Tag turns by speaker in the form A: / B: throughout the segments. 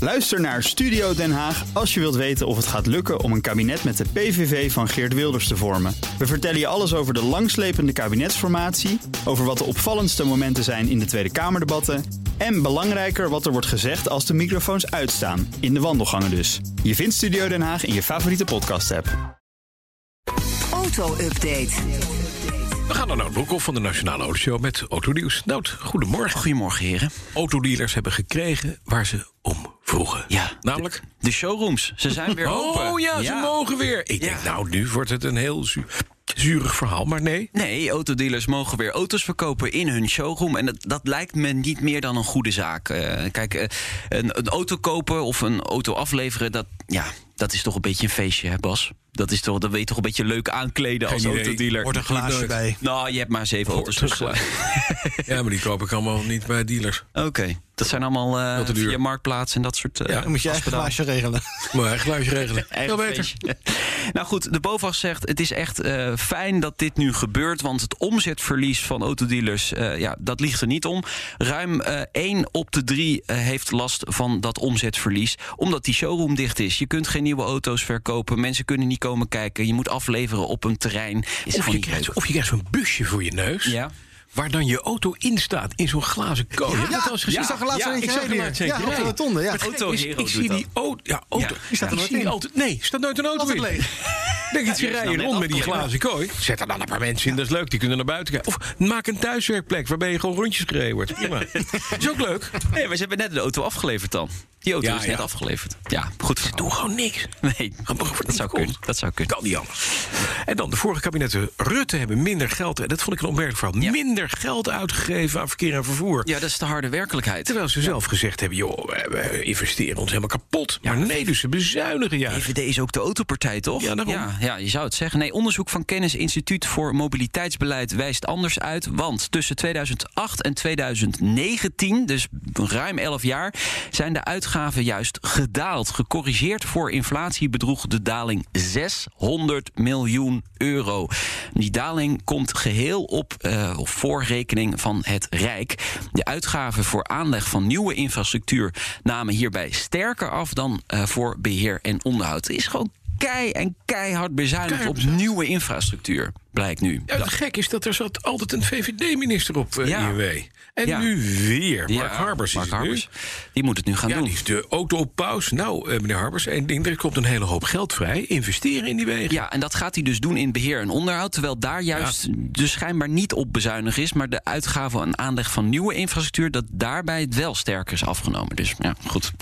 A: Luister naar Studio Den Haag als je wilt weten of het gaat lukken om een kabinet met de PVV van Geert Wilders te vormen. We vertellen je alles over de langslepende kabinetsformatie, over wat de opvallendste momenten zijn in de Tweede Kamerdebatten en belangrijker wat er wordt gezegd als de microfoons uitstaan, in de wandelgangen dus. Je vindt Studio Den Haag in je favoriete podcast-app.
B: Auto-update.
C: We gaan naar Nout Broekhoff van de Nationale Autoshow met Autonieuws. Nout, goedemorgen.
D: Goedemorgen, heren.
C: Autodealers hebben gekregen waar ze om vroegen.
D: Ja.
C: Namelijk?
D: De showrooms, ze zijn weer open.
C: Oh ja, ze mogen weer. Ik denk, nou, nu wordt het een heel zu- zurig verhaal, maar nee.
D: Nee, autodealers mogen weer auto's verkopen in hun showroom. En dat, dat lijkt me niet meer dan een goede zaak. Eh, kijk, eh, een, een auto kopen of een auto afleveren, dat, ja, dat is toch een beetje een feestje, hè Bas? Dat, is toch, dat wil je toch een beetje leuk aankleden als
C: Geen idee.
D: autodealer.
E: Wordt een glaasje bij.
D: Nou, je hebt maar zeven auto's.
C: Hoort
D: dus,
C: een
D: eh,
C: Ja, maar die koop ik allemaal niet bij dealers.
D: Oké, dat zijn allemaal
C: Veel te
D: eh
C: duur.
D: via Marktplaats en dat soort... eh,
C: Ja,
E: Dan moet je eigen
D: afspraken.
E: glaasje regelen.
C: Maar eigen geluidje regelen.
D: Eigen
C: Veel beter.
D: feestje. nou goed, de BOVAG zegt het is echt eh, fijn dat dit nu gebeurt. Want het omzetverlies van autodealers, eh, ja, dat ligt er niet om. Ruim eh 1 op de 3 heeft last van dat omzetverlies. Omdat die showroom dicht is. Je kunt geen nieuwe auto's verkopen. Mensen kunnen niet komen kijken. Je moet afleveren op een terrein. Is
C: Of
D: gewoon
C: je,
D: niet
C: krijgt,
D: leuk.
C: of je krijgt zo'n busje voor je neus.
D: Ja.
C: Waar dan je auto in staat, in zo'n glazen kooi. Heb je dat wel eens gezien?
E: ik zag er laatst
D: Ja,
E: eentje
C: ik zag er
E: rijden
C: laatst
E: hier.
C: eentje
E: Ja, op de
C: rijden.
E: rotonde, ja.
D: Maar het- Auto
C: ik,
D: Hero
C: ik zie
D: doet
C: die auto. Ja, auto.
D: Ja,
C: Die staat
D: ja.
C: er nooit in. Altijd, nee, staat nooit een auto
E: Altijd
C: in.
E: leeg.
C: Denk iets, je
D: die is
C: rijden
D: nou net
C: rond met die glazen
D: afgeleverd.
C: kooi. Zet er dan een paar mensen in, dat is leuk. Die kunnen naar buiten kijken. Of maak een thuiswerkplek waarbij je gewoon rondjes gereden wordt. Prima. is ook leuk.
D: Nee, maar ze hebben net de auto afgeleverd dan. Die auto
C: Ja,
D: is net
C: ja.
D: afgeleverd. Ja, goed verhaal.
C: Doe gewoon niks.
D: Nee,
C: Gewoon wordt
D: dat
C: niet
D: zou
C: verkocht.
D: kunnen. Dat zou kunnen.
C: Kan niet anders. En dan de vorige kabinetten Rutte hebben minder geld. En dat vond ik een opmerkelijk verhaal.
D: Ja.
C: Minder geld uitgegeven aan verkeer en vervoer.
D: Ja, dat is de harde werkelijkheid.
C: Terwijl ze zelf gezegd hebben, joh, we- we investeren ons helemaal kapot. maar nee, dus ze bezuinigen juist.
D: VVD is ook de autopartij, toch?
C: Ja, daarom.
D: Ja, ja, je zou het zeggen. Nee, onderzoek van Kennis Instituut voor Mobiliteitsbeleid wijst anders uit. Want tussen 2008 en 2019, dus ruim 11 jaar, zijn de uitgaven juist gedaald. Gecorrigeerd voor inflatie bedroeg de daling 600 miljoen euro. Die daling komt geheel op eh, of voor rekening van het Rijk. De uitgaven voor aanleg van nieuwe infrastructuur namen hierbij sterker af dan eh, voor beheer en onderhoud. Er is gewoon kei en keihard bezuinigd
C: Keihard
D: op nieuwe infrastructuur, blijkt nu.
C: Ja, het gek is dat er zat altijd een VVD-minister op eh,
D: Ja.
C: INW. En
D: Ja.
C: nu weer. Mark
D: Ja,
C: Harbers
D: Mark
C: is het nu.
D: Harbers. Die moet het nu gaan
C: Ja,
D: doen.
C: die is de auto op pauze. Nou, eh, meneer Harbers, één ding, er komt een hele hoop geld vrij. Investeren in die wegen.
D: Ja, en dat gaat hij dus doen in beheer en onderhoud. Terwijl daar juist dus schijnbaar niet op bezuinigd is. Maar de uitgaven en aanleg van nieuwe infrastructuur... dat daarbij het wel sterker is afgenomen. Dus ja, goed.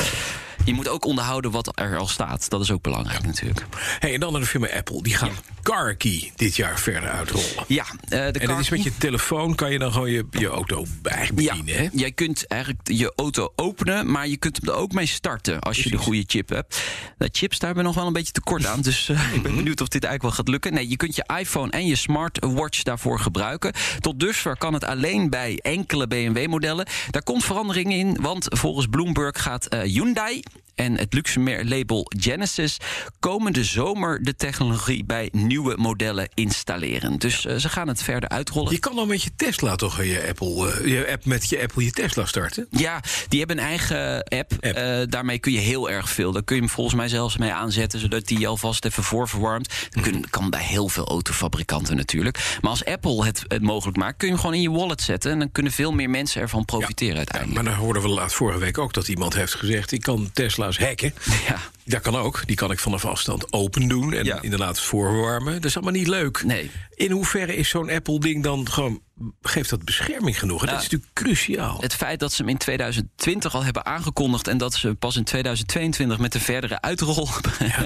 D: Je moet ook onderhouden wat er al staat. Dat is ook belangrijk natuurlijk.
C: Hey, en dan naar de firma Apple. Die gaan Car Key dit jaar verder uitrollen.
D: Ja, eh, de
C: En dat
D: car-
C: is met je telefoon, kan je dan gewoon je, je auto eigenlijk
D: ja,
C: bedienen. hè?
D: jij kunt eigenlijk je auto openen, maar je kunt hem er ook mee starten als je de goede chip hebt. Nou, chips, daar hebben we nog wel een beetje tekort aan, dus eh,
C: Mhm.
D: ik ben benieuwd of dit eigenlijk wel gaat lukken. Nee, je kunt je iPhone en je smartwatch daarvoor gebruiken. Tot dusver kan het alleen bij enkele BMW-modellen. Daar komt verandering in, want volgens Bloomberg gaat eh, Hyundai en het luxe mer- label Genesis komende zomer de technologie bij nieuwe modellen installeren. Dus eh, ze gaan het verder uitrollen.
C: Je kan dan met je Tesla toch eh, je Apple, eh, je app met je Apple je Tesla starten.
D: Ja, die hebben een eigen app.
C: App.
D: Eh, daarmee kun je heel erg veel. Daar kun je hem volgens mij zelfs mee aanzetten, zodat die je alvast even voorverwarmt. Dat kun- kan bij heel veel autofabrikanten natuurlijk. Maar als Apple het, het mogelijk maakt, kun je hem gewoon in je wallet zetten. En dan kunnen veel meer mensen ervan profiteren uiteindelijk.
C: Maar dan hoorden we laat vorige week ook dat iemand heeft gezegd: ik kan Tesla's hacken.
D: Ja.
C: Dat kan ook. Die kan ik vanaf afstand open doen en
D: Ja.
C: inderdaad voorwarmen. Dat is allemaal niet leuk.
D: Nee.
C: In hoeverre is zo'n Apple-ding dan gewoon. geeft dat bescherming genoeg?
E: Nou,
C: Dat is natuurlijk cruciaal.
D: Het feit dat ze hem in 2020 al hebben aangekondigd en dat ze pas in 2022 met de verdere uitrol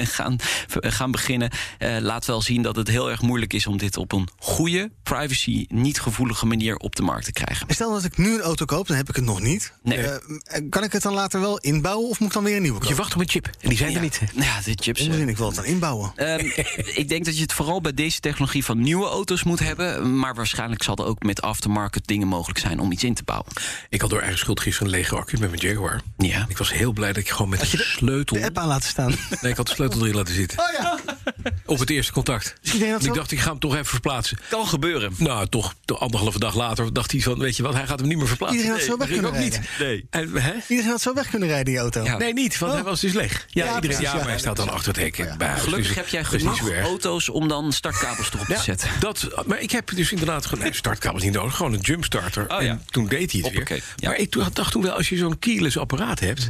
D: gaan, gaan beginnen, eh, laat wel zien dat het heel erg moeilijk is om dit op een goede, privacy niet gevoelige manier op de markt te krijgen.
E: Stel dat ik nu een auto koop, dan heb ik het nog niet.
D: Nee.
E: Eh, kan ik het dan later wel inbouwen of moet ik dan weer een nieuwe
C: Je
E: kopen?
C: wacht op een chip. En die zijn er niet.
D: Ja, de chips. eh,
E: Onzin, ik wil het dan inbouwen.
D: Ehm, ik denk dat je het vooral bij deze technologie van nieuwe auto's moet hebben. Maar waarschijnlijk zal er ook met aftermarket dingen mogelijk zijn om iets in te bouwen.
C: Ik had door eigen schuld gisteren een lege accu met mijn Jaguar.
D: Ja.
C: Ik was heel blij dat ik gewoon met een sleutel.
E: De app aan laten staan.
C: Nee, ik had de sleutel erin laten zitten.
E: Oh ja,
C: Op het eerste contact.
E: Is iedereen dat
C: ik
E: zo?
C: dacht, ik ga hem toch even verplaatsen.
D: Kan gebeuren.
C: Nou, toch de anderhalve dag later dacht hij van... weet je wat, hij gaat hem niet meer verplaatsen.
E: Iedereen had zo weg
C: dat ging ook
E: kunnen
C: niet.
A: Nee.
C: En, hè?
E: Iedereen had zo weg kunnen rijden, die auto.
C: Nee, niet,
D: Oh.
C: want hij was dus leeg. Ja,
E: Ja,
C: iedereen,
E: precies,
C: ja,
E: ja.
C: maar hij staat dan achter het hek. bij huis,
D: Gelukkig
C: dus
D: heb jij
C: dat is niet zo
D: genoeg
C: erg.
D: auto's om dan startkabels erop te
C: Ja,
D: zetten.
C: dat, maar ik heb dus inderdaad gewoon een startkabel is niet nodig, gewoon een jumpstarter.
D: Oh, ja.
C: En toen deed hij het
D: Hoppakee,
C: weer.
D: ja. Mhm.
C: Maar ik to- dacht toen wel, als je zo'n keyless apparaat hebt,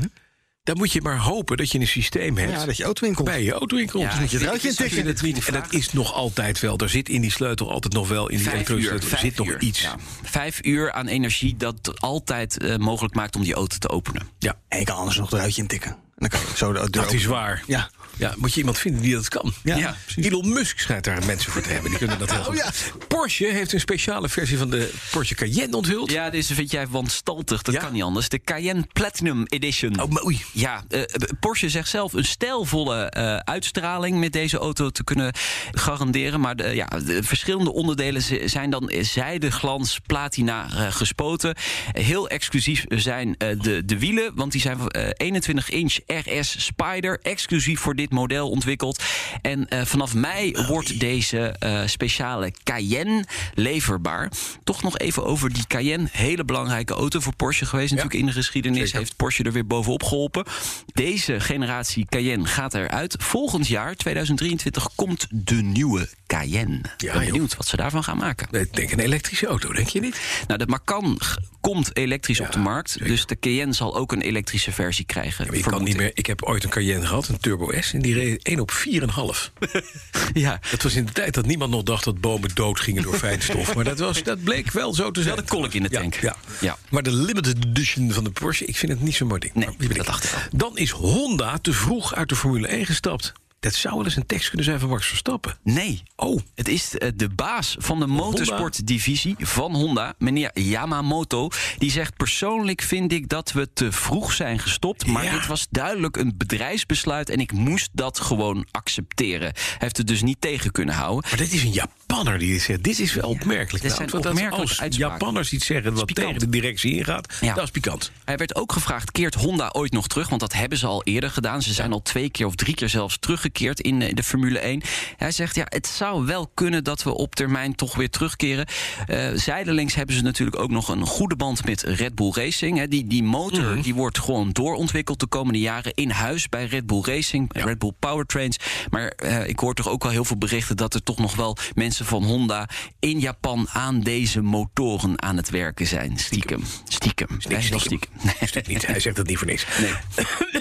C: dan moet je maar hopen dat je een systeem hebt.
E: Ja, dat je autowinkel.
C: bij je autowinkel.
D: Ja,
C: Dus
D: ik
C: dat je
D: denk
E: ruitje
C: dat je
E: intikken.
C: het niet. En dat is nog altijd wel. Er zit in die sleutel altijd nog wel in die
D: Vijf uur,
C: elektronische sleutel
D: vijf
C: zit nog
D: uur,
C: iets.
D: ja. Vijf uur aan energie dat altijd eh, mogelijk maakt om die auto te openen.
C: Ja,
E: En je kan anders nog het ruitje intikken. En dan kan je zo de deur
C: dat is waar.
E: Ja.
C: Ja, moet je iemand vinden die dat kan.
E: Ja,
D: Ja,
E: precies. Oh,
C: Elon Musk schijnt daar mensen voor te hebben. Die kunnen dat heel goed.
E: ja.
C: Porsche heeft een speciale versie van de Porsche Cayenne onthuld.
D: Ja, deze vind jij wanstaltig. Dat
C: Ja?
D: kan niet anders. De Cayenne Platinum Edition.
C: Oh, maar oei.
D: Ja, eh, Porsche zegt zelf een stijlvolle eh, uitstraling met deze auto te kunnen garanderen. Maar de, ja, de verschillende onderdelen z- zijn dan zijdeglans platina eh, gespoten. Heel exclusief zijn eh, de, de wielen, want die zijn van, eh, 21 inch RS Spider, exclusief voor dit model ontwikkeld. En eh, vanaf mei wordt deze eh, speciale Cayenne leverbaar. Toch nog even over die Cayenne. Hele belangrijke auto voor Porsche geweest natuurlijk in de geschiedenis.
C: Zeker.
D: Heeft Porsche er weer bovenop geholpen. Deze generatie Cayenne gaat eruit. Volgend jaar, 2023, komt de nieuwe Cayenne. Ik ben
C: joh.
D: benieuwd wat ze daarvan gaan maken.
C: Nee, ik denk een elektrische auto, denk je niet?
D: Nou, de Macan g- komt elektrisch op de markt.
C: zeker.
D: Dus de Cayenne zal ook een elektrische versie krijgen.
C: ik, kan
D: vermoed
C: niet meer, ik heb ooit een Cayenne gehad, een Turbo S, en die reed 1 op 4,5.
D: ik. Ja.
C: Dat was in de tijd dat niemand nog dacht dat bomen dood gingen door fijnstof. Maar dat, was, dat bleek wel zo te zijn.
D: dat kolk in de
C: Ja,
D: tank.
C: Ja,
D: Ja.
C: Maar de limited edition van de Porsche, ik vind het niet zo'n mooi ding.
D: Nee,
C: Maar wie ben
D: dat
C: ik?
D: dacht ik al.
C: Dan is Honda te vroeg uit de Formule 1 gestapt. Dat zou wel eens een tekst kunnen zijn van Max Verstappen.
D: Nee.
C: Oh.
D: Het is eh, de baas van de motorsportdivisie van Honda, meneer Yamamoto. Die zegt: Persoonlijk vind ik dat we te vroeg zijn gestopt. Maar
C: Ja.
D: dit was duidelijk een bedrijfsbesluit en ik moest dat gewoon accepteren. Hij heeft het dus niet tegen kunnen houden.
C: Maar dit is een Japanner die dit zegt. Dit is wel opmerkelijk.
D: dit
C: nou,
D: zijn
C: want dat
D: opmerkelijke
C: als
D: uitspraken.
C: Japanners iets zeggen wat
D: pikant.
C: tegen de directie ingaat,
D: Ja.
C: dat is pikant.
D: Hij werd ook gevraagd: keert Honda ooit nog terug? Want dat hebben ze al eerder gedaan. Ze zijn al twee keer of drie keer zelfs teruggekeerd in eh, de Formule 1. Hij zegt: ja, het zou wel kunnen dat we op termijn toch weer terugkeren. Eh, zijdelings hebben ze natuurlijk ook nog een goede band met Red Bull Racing. Hè. Die, die motor die wordt gewoon doorontwikkeld de komende jaren in huis bij Red Bull Racing, bij Red Bull Powertrains. Maar eh, ik hoor toch ook wel heel veel berichten dat er toch nog wel mensen van Honda in Japan aan deze motoren aan het werken zijn. Stiekem. Stiekem. Hè,
C: Niks
D: heel
C: stiekem.
D: stiekem.
C: Is dit niet, hij zegt dat niet voor niks.
D: Nee.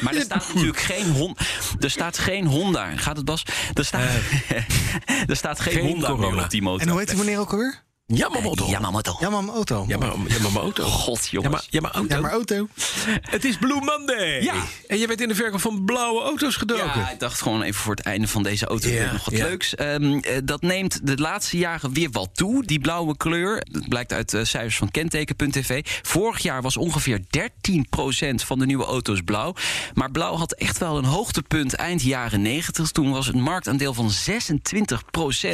D: Maar er staat natuurlijk geen Honda. Er staat geen Honda. Gaat het Bas? Er staat, er staat geen,
C: Eh. geen
D: Honda meer
C: corona.
D: op die motor.
E: En hoe heet die meneer ook alweer?
C: Yamamoto.
D: Yamamoto.
E: Ja, maar mijn auto.
C: Ja, maar, ja, maar mijn auto.
D: God,
C: Ja, maar,
D: jongens.
C: ja, maar auto.
E: Ja, maar auto.
C: Het is Blue Monday.
D: Ja.
C: En je bent in de verkoop van blauwe auto's gedoken.
D: Ja, ik dacht gewoon even voor het einde van deze auto
C: Ja,
D: nog wat
C: ja.
D: leuks. Ehm, eh, dat neemt de laatste jaren weer wat toe, die blauwe kleur. Dat blijkt uit eh, cijfers van kenteken.tv. Vorig jaar was ongeveer 13% van de nieuwe auto's blauw. Maar blauw had echt wel een hoogtepunt eind jaren 90. Toen was het marktaandeel van 26%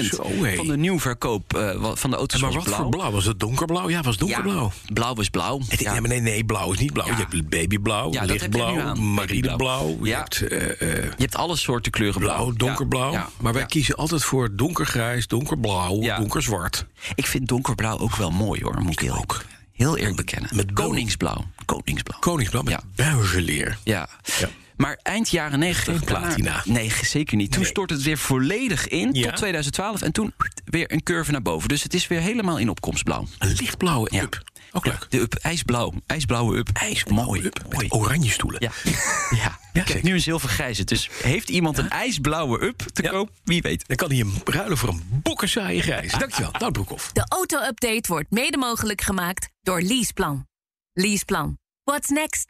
C: Zo, hé.
D: van de nieuwverkoop eh, wa- van de auto's
C: maar
D: was
C: wat
D: blauw.
C: voor blauw? Was het donkerblauw? Ja, was donkerblauw.
D: Ja, blauw is blauw.
C: Het is-
D: Ja.
C: nee, maar nee, nee, blauw is niet blauw.
D: Ja.
C: Je hebt babyblauw,
D: Ja, dat heb je nu
C: lichtblauw,
D: aan.
C: marineblauw. Je
D: Ja.
C: hebt eh, eh,
D: Je hebt alle soorten kleuren blauw.
C: blauw,
D: Ja,
C: donkerblauw.
D: ja,
C: Maar wij
D: ja.
C: kiezen altijd voor donkergrijs, donkerblauw,
D: Ja.
C: donkerzwart.
D: Ik vind donkerblauw ook wel mooi hoor, moet ik heel, heel eerlijk bekennen.
C: Met blauw.
D: koningsblauw. Koningsblauw.
C: Koningsblauw met
D: Ja.
C: buizenleer.
D: ja.
C: Ja.
D: Maar eind jaren 90...
C: Geen platina.
D: daarna- nee, ge- zeker niet. Toen
C: Nee.
D: stortte het weer volledig in
C: Ja.
D: tot 2012. En toen weer een curve naar boven. Dus het is weer helemaal in opkomst blauw.
C: Een lichtblauwe
D: Ja.
C: up. Ook leuk.
D: De up, ijsblauw. Ijsblauwe up. Mooi.
C: Up
D: Mooi.
C: met oranje stoelen.
D: Ja. ja. Ik heb
C: zeker.
D: nu een zilvergrijze. Dus heeft iemand een ijsblauwe up te
C: Ja.
D: koop? Wie weet.
C: Dan kan hij hem ruilen voor een bokkenzaaie
D: Ah.
C: grijs. Dankjewel, Nout Broekhoff.
B: De auto-update wordt mede mogelijk gemaakt door Leaseplan. Leaseplan. What's next?